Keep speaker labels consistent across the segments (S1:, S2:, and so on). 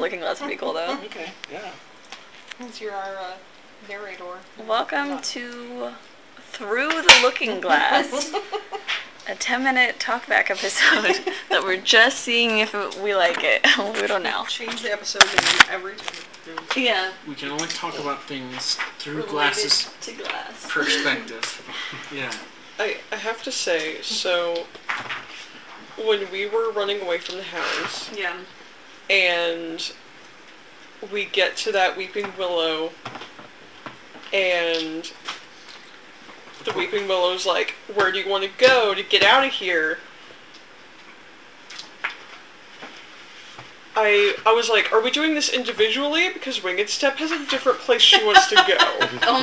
S1: Looking glass would be cool though.
S2: Okay, yeah.
S3: Since you're our uh, narrator.
S1: Welcome to Through the Looking Glass, a 10 minute talkback episode that we're just seeing if it- we like it. we don't know.
S3: Change the episode and every time.
S1: Yeah.
S2: We can only talk about things through glasses
S1: to glass.
S2: perspective. Yeah.
S4: I, I have to say, so when we were running away from the house
S1: Yeah.
S4: and we get to that weeping willow and the weeping willow's like, where do you want to go to get out of here? I I was like, are we doing this individually? Because Winged Step has a different place she wants to go.
S3: Oh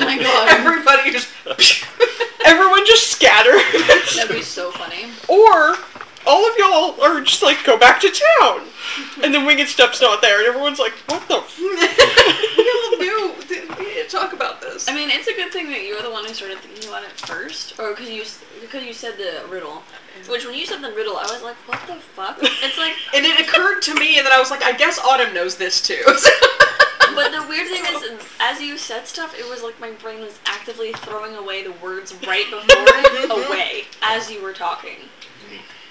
S3: my god. Everybody just.
S4: Everyone just scatters.
S3: That'd be so funny.
S4: Or all of y'all are just like, go back to town. And then Winged Step's not there, and everyone's like, what the f-?
S3: Y'all knew. that We didn't talk about this.
S1: I mean, it's a good thing that you're the one who started thinking about it first, or because you s- because you said the riddle. Which when you said the riddle, I was like, what the fuck? It's like,
S3: And it occurred to me, and then I was like, I guess Autumn knows this too.
S1: but the weird thing is, as you said stuff, it was like my brain was actively throwing away the words right before it away as you were talking.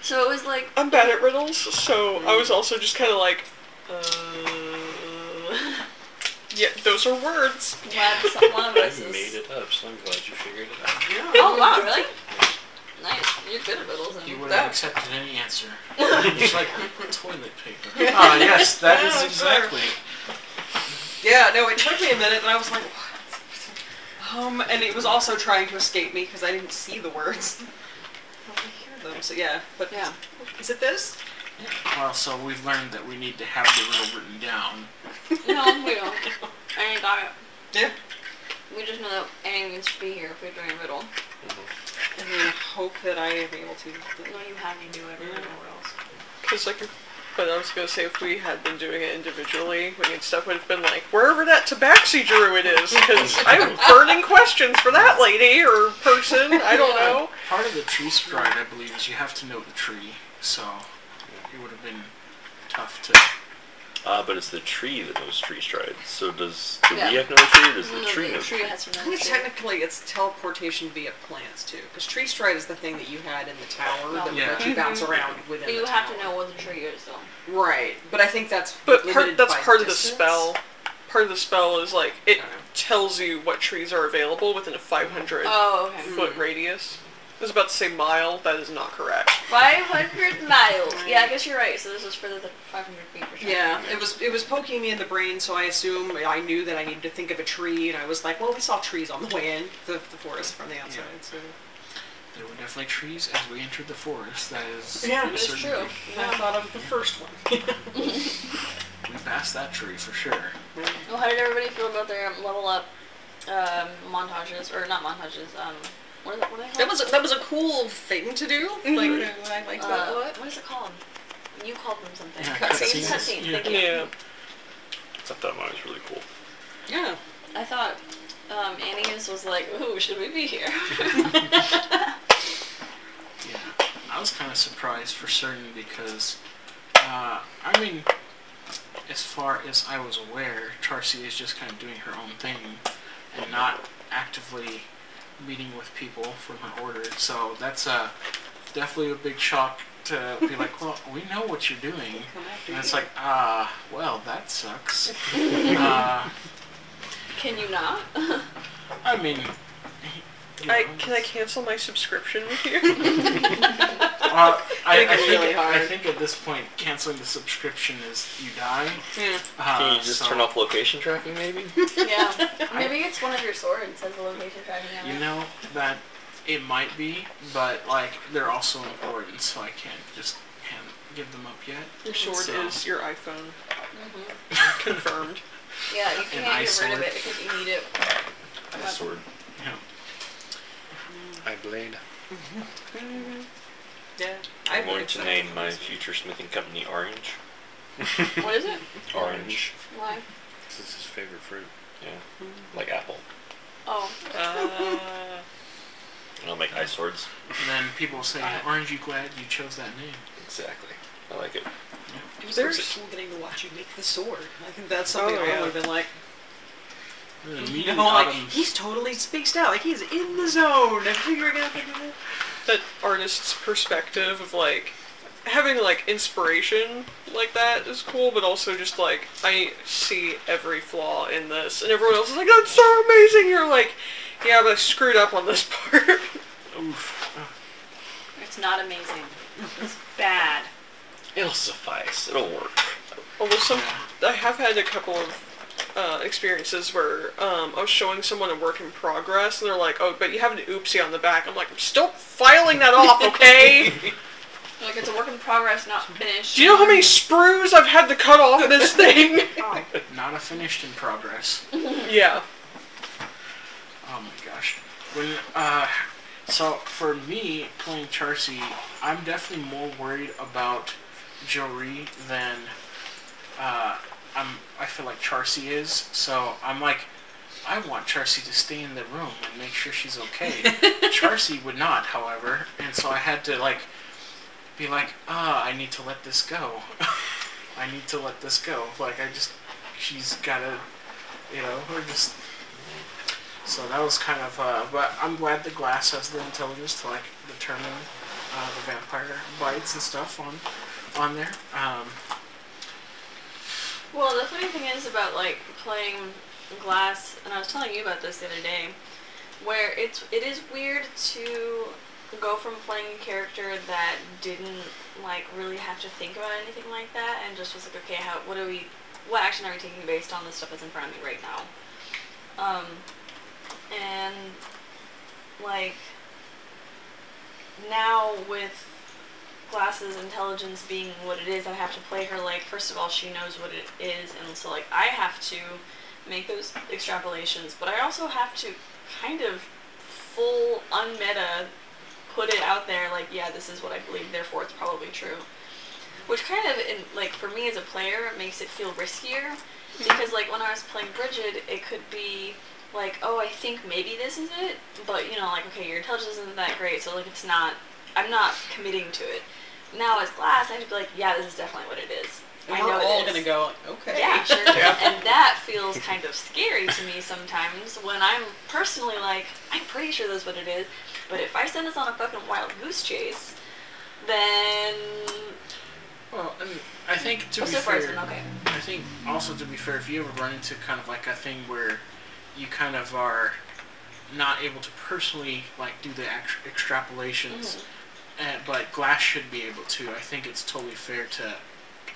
S1: So it was like,
S4: I'm bad at riddles, so I was also just kind of like, uh, yeah, those are words.
S1: glad someone
S5: I
S1: was.
S5: made it up, so I'm glad you figured it out.
S1: Oh wow, really? Nice. You're good at riddles.
S2: You
S1: And
S2: would
S3: That-
S2: have accepted any answer. It's like toilet paper. Ah, yes, that is
S3: Yeah, sure.
S2: exactly.
S3: yeah, no, it took me a minute, and I was like, what? Um, and it was also trying to escape me because I didn't see the words. I only hear them, so yeah, but yeah. Is it this?
S2: Well, so we've learned that we need to have the riddle written down.
S1: no, we don't. I ain't got it.
S3: Yeah.
S1: We just know that Annie needs to be here if we're doing a riddle.
S3: And then hope that I am able to.
S1: No, you have me do it
S3: Yeah.
S1: everywhere else.
S4: Because, like, if- but I was going to say, if we had been doing it individually, Winged Step would have been like, wherever that tabaxi druid is, because I have burning questions for that lady or person. I don't know.
S2: Part of the tree sprite, I believe, is you have to know the tree, so it would have been tough to.
S5: Ah, but it's the tree that knows tree strides. So does do
S1: Yeah.
S5: we have no tree or does the
S1: No,
S5: tree know
S1: the
S5: the
S1: tree
S5: tree?
S1: has to
S3: I
S1: know the
S3: think
S1: tree.
S3: technically it's teleportation via plants too, because tree stride is the thing that you had in the tower that would
S2: Yeah.
S3: let you
S4: Mm-hmm.
S3: bounce around within.
S1: But you
S3: the
S1: have
S3: tower.
S1: to know what the tree is, though.
S3: Right, but I think that's
S4: But part,
S3: limited
S4: that's
S3: by
S4: part of the
S3: distance.
S4: spell. Part of the spell is like it
S3: Okay.
S4: tells you what trees are available within a 500
S1: Oh, okay.
S4: foot radius. I was about to say mile. That is not correct.
S1: 500 miles. Yeah, I guess you're right. So this was further than 500 feet for sure.
S3: Yeah, it was it was poking me in the brain, so I assume I knew that I needed to think of a tree, and I was like, well, we saw trees on the way in the, the forest from the outside. So
S2: There were definitely trees as we entered the forest. That is
S3: Yeah,
S2: a
S1: That's
S2: certainty.
S1: true.
S3: I thought of the first one.
S2: We passed that tree for sure.
S1: Well, how did everybody feel about their level up um, montages? Or not montages. Um, what are, the, what are they called?
S3: that was a, that was a cool thing to do. Like uh, what I liked
S1: uh,
S3: about
S1: what is it called? You called them something.
S2: Yeah,
S3: cutscenes.
S1: Cutscenes.
S2: Yeah.
S1: Thank you.
S4: Yeah.
S5: I thought mine was really cool.
S3: it. Yeah.
S1: I thought um, Annie's was like, ooh, should we be here?
S2: Yeah, I was kind of surprised for certain because, uh, I mean, as far as I was aware, Tarsi is just kind of doing her own thing and not actively meeting with people from her order. So that's uh, definitely a big shock to be like, well, we know what you're doing. And it's like, ah, well, that sucks. uh,
S1: Can you not?
S2: I mean, you
S4: I
S2: know,
S4: can I cancel my subscription with you?
S2: Uh, I, I,
S3: Think it's
S2: think,
S3: really
S2: I
S3: hard.
S2: think at this point, canceling the subscription is you die.
S3: Yeah.
S2: Uh,
S5: Can you just
S2: so-
S5: turn off location tracking, maybe?
S1: Ah, yeah. Maybe it's one of your swords as a location tracking on
S2: You
S1: it.
S2: know that it might be, but like they're also important, so I can't just hand, give them up yet.
S4: Your sword
S2: So-
S4: is your iPhone.
S3: Mm-hmm.
S4: Confirmed.
S1: Yeah, you
S2: An
S1: can't get rid of
S2: eyesore.
S1: it because you need it.
S5: My sword.
S2: Yeah.
S5: My blade.
S3: Mm-hmm. Yeah. I
S5: I'm going
S3: liked
S5: to
S3: that.
S5: name my future smithing company Orange.
S1: What is it?
S5: Orange.
S1: Why?
S6: This is his favorite fruit.
S5: Yeah. Like apple.
S1: Oh,
S4: Uh,
S5: And I'll make ice swords.
S2: And then people say, "Aren't you glad you chose that name?"
S5: Exactly. I like it.
S3: It was very
S5: There's-
S3: cool getting to watch you make the sword. I think that's something
S4: Oh,
S3: I
S4: yeah.
S3: would have been like,
S2: There's a
S3: you
S2: meeting
S3: know, like
S2: item.
S3: he's totally spaced out. Like he's in the zone and figuring out.
S4: that artist's perspective of like having like inspiration like that is cool, but also just like I see every flaw in this, and everyone else is like, "That's so amazing!" You're like, "Yeah, but I screwed up on this part."
S2: Oof.
S1: It's not amazing. It's bad.
S5: It'll suffice. It'll work.
S4: Although Oh, some,
S2: Yeah.
S4: I have had a couple of uh, experiences where um, I was showing someone a work in progress, and they're like, "Oh, but you have an oopsie on the back." I'm like, "I'm still filing that off, okay?"
S1: Like it's a work in progress, not finished.
S4: Do you know how many sprues I've had to cut off this thing?
S2: Not a finished in progress.
S4: yeah.
S2: Oh my gosh. When uh, so for me playing Charcy, I'm definitely more worried about Jory than uh, I'm. I feel like Charcy is. So I'm like, I want Charcy to stay in the room and make sure she's okay. Charcy would not, however, and so I had to like be like, ah, I need to let this go. I need to let this go. Like I just, she's gotta, you know, or just so that was kind of, uh, but I'm glad the glass has the intelligence to like determine uh, the vampire bites and stuff on, on there. Um,
S1: Well, the funny thing is about like playing Glass, and I was telling you about this the other day, where it's it is weird to go from playing a character that didn't like really have to think about anything like that, and just was like, okay, how what are we, what action are we taking based on the stuff that's in front of me right now, um, and like now with Glass's intelligence being what it is, I have to play her like first of all she knows what it is, and so like I have to make those extrapolations, but I also have to kind of full unmeta put it out there like yeah this is what I believe, therefore it's probably true, which kind of in, like for me as a player it makes it feel riskier because like when I was playing Bridget, it could be like oh I think maybe this is it, but you know like okay your intelligence isn't that great, so like it's not I'm not committing to it. Now as glass, I have to be like, yeah, this is definitely what it is. I
S3: we're
S1: know it
S3: all
S1: is.
S3: gonna go. Okay.
S1: Yeah, sure.
S4: Yeah.
S1: And that feels kind of scary to me sometimes when I'm personally like, I'm pretty sure that's what it is. But if I send this on a fucking wild goose chase, then
S2: well, and I think to
S1: oh,
S2: be
S1: so far
S2: fair,
S1: it's been okay.
S2: I think also to be fair, if you ever run into kind of like a thing where you kind of are not able to personally like do the ex-
S1: Mm.
S2: extrapolations, uh, but Glass should be able to. I think it's totally fair to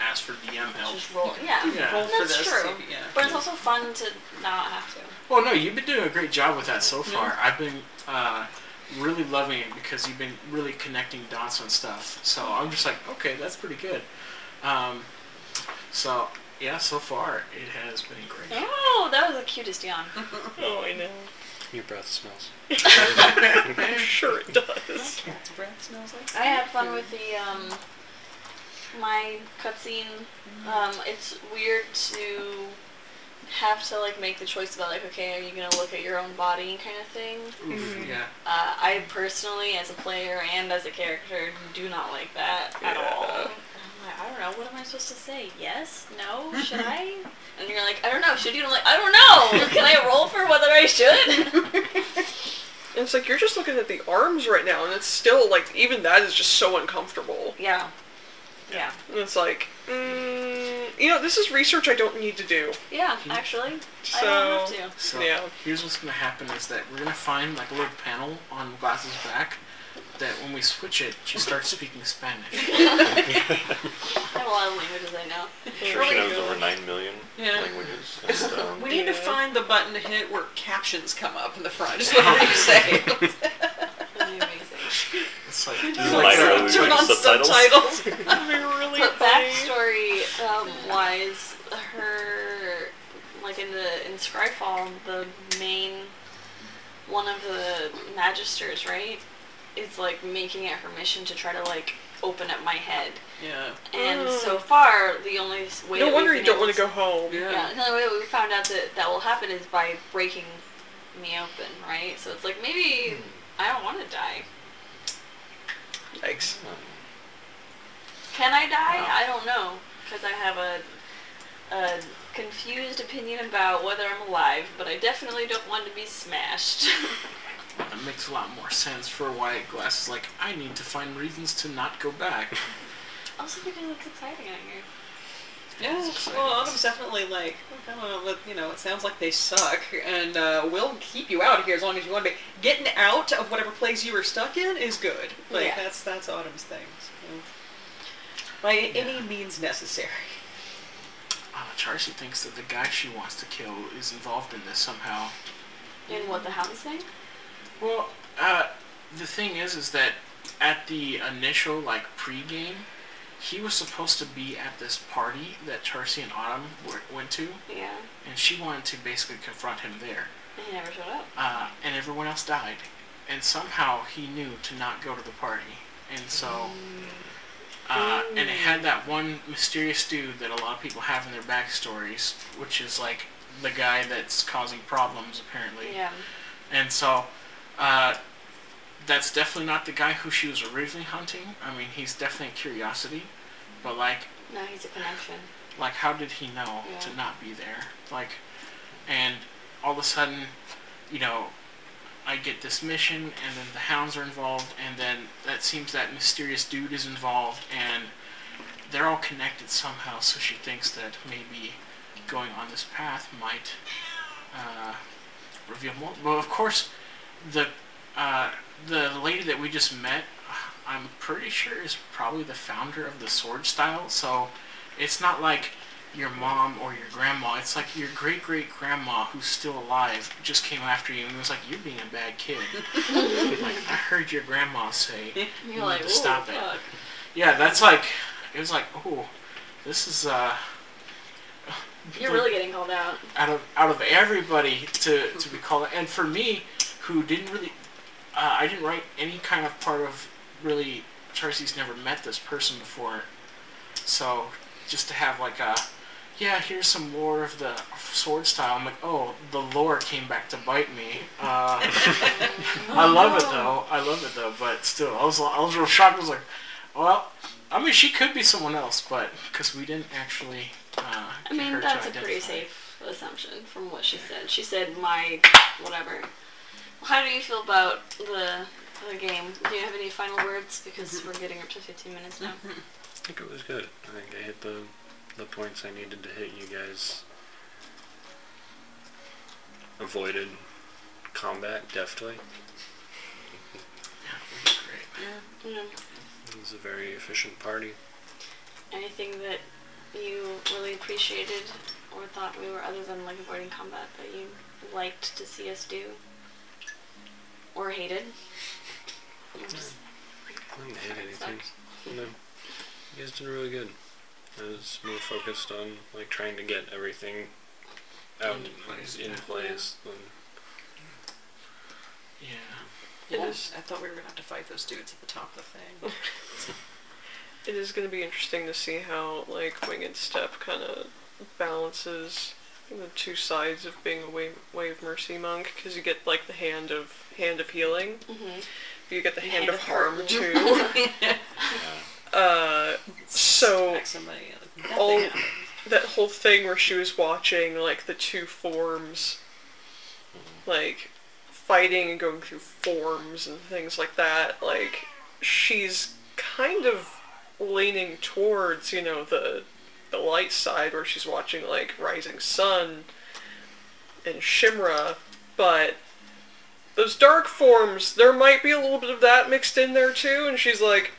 S2: ask for DM help.
S1: Just roll. Yeah.
S2: Yeah.
S3: Roll for
S1: That's
S3: this.
S1: true.
S3: Yeah.
S1: But it's also fun to not have to.
S2: Well, no, you've been doing a great job with that so far. I've been uh, really loving it because you've been really connecting dots on stuff. So I'm just like, okay, that's pretty good. Um, so yeah, so far it has been great.
S1: Oh, that was the cutest yawn.
S4: Oh, I know.
S6: Your breath smells.
S4: I'm sure it does.
S3: Cat's breath smells like.
S1: I had fun with the um, my cutscene.
S2: Mm-hmm.
S1: Um, it's weird to have to like make the choice about like, okay, are you gonna look at your own body kind of thing.
S2: Oof, yeah.
S1: Uh, I personally, as a player and as a character, do not like that at all.
S4: Yeah.
S1: I'm like, I don't know. What am I supposed to say? Yes? No? Should I? And you're like, I don't know. Should you? And I'm like, I don't know. Can I roll for whether I should?
S4: And it's like you're just looking at the arms right now, and it's still like even that is just so uncomfortable.
S1: yeah. Yeah.
S4: And it's like, mm, you know, this is research I don't need to do.
S1: Yeah. Actually, I
S4: Mm-hmm. So
S1: don't have to.
S2: So
S4: Yeah.
S2: here's what's gonna happen is that we're gonna find like a little panel on Glass's back that when we switch it, she starts speaking Spanish.
S1: I have a lot of languages I know.
S5: Sure, she knows over nine million
S3: Yeah.
S5: languages. And, um,
S3: We need
S4: Yeah.
S3: to find the button to hit where captions come up in the front. Just whatever you say.
S1: It'll be amazing.
S2: It's like,
S5: Does it
S2: like
S5: matter
S2: that.
S5: whether we
S3: Turn
S5: make
S3: on subtitles.
S4: That'd be really
S1: But
S4: funny.
S1: backstory um, wise, her like in the in Scryfall, the main one of the magisters, right, is like making it her mission to try to like open up my head.
S3: yeah.
S1: And
S4: Mm.
S1: so far, the only s- way
S4: No
S1: that
S4: wonder
S1: we've
S4: you
S1: been
S4: don't want to go
S1: able
S4: home.
S3: Yeah.
S1: Yeah, the only way we found out that that will happen is by breaking me open, right? So it's like maybe
S2: Hmm.
S1: I don't want to die.
S4: Yikes.
S1: Can I die? I don't know. because I have a, a confused opinion about whether I'm alive, but I definitely don't want to be smashed.
S2: That makes a lot more sense for why Glass is like, I need to find reasons to not go back.
S1: also, because it's exciting out here.
S3: Yeah,
S2: It's
S3: well,
S2: exciting.
S3: Autumn's definitely like, I don't know, but, you know, it sounds like they suck, and uh, we'll keep you out here as long as you want to be. Getting out of whatever place you were stuck in is good. Like,
S1: Yeah.
S3: that's that's Autumn's thing. So. By any means necessary.
S2: Uh, Charcy thinks that the guy she wants to kill is involved in this somehow.
S1: And what the hound's thing?
S2: Well, uh, the thing is, is that at the initial like pregame, he was supposed to be at this party that Charcy and Autumn were, went to,
S1: Yeah,
S2: and she wanted to basically confront him there.
S1: and he never showed up.
S2: Uh, and everyone else died, and somehow he knew to not go to the party, and so. Uh, and it had that one mysterious dude that a lot of people have in their backstories, which is like the guy that's causing problems apparently.
S1: Yeah,
S2: And so, uh, that's definitely not the guy who she was originally hunting. I mean, he's definitely a curiosity, but like,
S1: no, he's a connection.
S2: like how did he know
S1: Yeah.
S2: to not be there? Like, and all of a sudden, you know, I get this mission, and then the hounds are involved, and then that seems that mysterious dude is involved, and they're all connected somehow. So she thinks that maybe going on this path might uh, reveal more. Well, of course, the uh, the lady that we just met, I'm pretty sure is probably the founder of the sword style. So it's not like your mom or your grandma. It's like your great great grandma who's still alive just came after you and was like, "You're being a bad kid." like I heard your grandma say.
S1: You're
S2: You
S1: like,
S2: need to
S1: "Ooh,
S2: stop it."
S1: fuck.
S2: Yeah, that's like it was like, oh, this is uh.
S1: You're really getting called out.
S2: out of out of everybody to to be called. And for me, who didn't really, uh, I didn't write any kind of part of really. Charcy's never met this person before, so just to have like a, yeah, here's some lore of the sword style. I'm like, oh, the lore came back to bite me. Uh, I love it though. I love it though. But still, I was I was real shocked. I was like, well. I mean, she could be someone else, but because we didn't actually. Uh,
S1: I
S2: get her
S1: mean,
S2: to
S1: that's a pretty
S2: identify.
S1: safe assumption from what she said. She said, my whatever. How do you feel about the, the game? Do you have any final words?
S3: Mm-hmm.
S1: Because we're getting up to 15 minutes now.
S6: I think it was good. I think I hit the the points I needed to hit. You guys avoided combat deftly.
S2: Great.
S3: Mm-hmm.
S1: Mm.
S6: It was a very efficient party.
S1: Anything that you really appreciated or thought we were other than like avoiding combat that you liked to see us do? Or hated? Just-
S6: I didn't hit anything.
S1: sucked.
S6: No, you guys did really good. I was more focused on like trying to get everything out
S2: In place,
S6: in
S2: yeah.
S6: place. than
S2: Yeah.
S4: It
S3: Well,
S4: is-
S3: I thought we were going to have to fight those dudes at the top of the thing.
S4: It is going to be interesting to see how like Winged Step kind of balances the two sides of being a wave, wave mercy monk because you get like the hand of hand of healing,
S3: Mm-hmm.
S1: Mhm.
S4: you get the hand,
S1: Hand
S4: of,
S1: of
S4: harm
S1: hurt.
S4: too. uh, so
S3: Smack somebody, like, nothing
S4: all
S3: happened.
S4: Oh, that whole thing where she was watching like the two forms, like fighting and going through forms and things like that. Like she's kind of leaning towards you know the the light side where she's watching like Rising Sun and Shimra, but those dark forms, there might be a little bit of that mixed in there too, and she's like,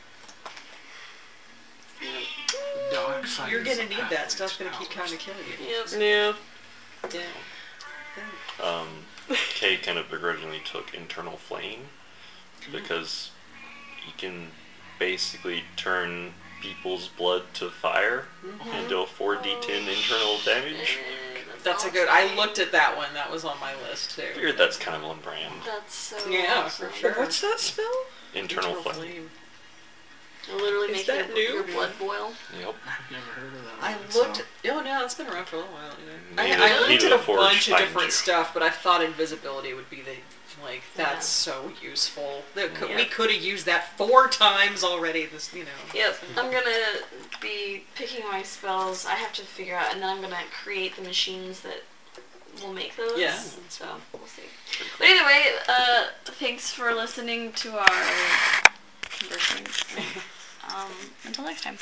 S2: Dark side
S3: You're
S2: is
S3: going
S2: the
S3: to need
S2: pathway
S3: that. Stuff's going to keep
S2: powers.
S3: kind of killing you.
S1: Yep.
S4: yeah,
S3: Yeah.
S5: Um, Kay kind of begrudgingly took internal flame because you can basically turn people's blood to fire
S3: Mm-hmm.
S5: and deal 4d10 internal damage.
S1: Eh,
S3: That's a good. I looked at that one. That was on my list too.
S5: I figured that's kind of on brand.
S1: That's so
S3: Yeah,
S1: awesome.
S3: for sure.
S4: what's that spell?
S5: Internal, flame.
S1: It'll literally
S4: Is
S1: make
S4: that
S1: your,
S4: new?
S1: your blood boil.
S5: Yep.
S2: I've never heard of that.
S3: I
S2: one,
S3: looked.
S2: so-
S3: Oh no, it's been around for a little while. Yeah.
S5: Neither-
S3: I, I looked
S5: neither
S3: at a
S5: the Forge
S3: bunch of
S5: finds
S3: different
S5: you.
S3: stuff, but I thought invisibility would be the like that's so useful. That could, We
S1: Yeah.
S3: could have used that four times already. This you know.
S1: Yep. I'm gonna be picking my spells. I have to figure out, and then I'm gonna create the machines that will make those.
S3: Yeah.
S1: So we'll see. But either way, uh, thanks for listening to our conversations. Um, until next time.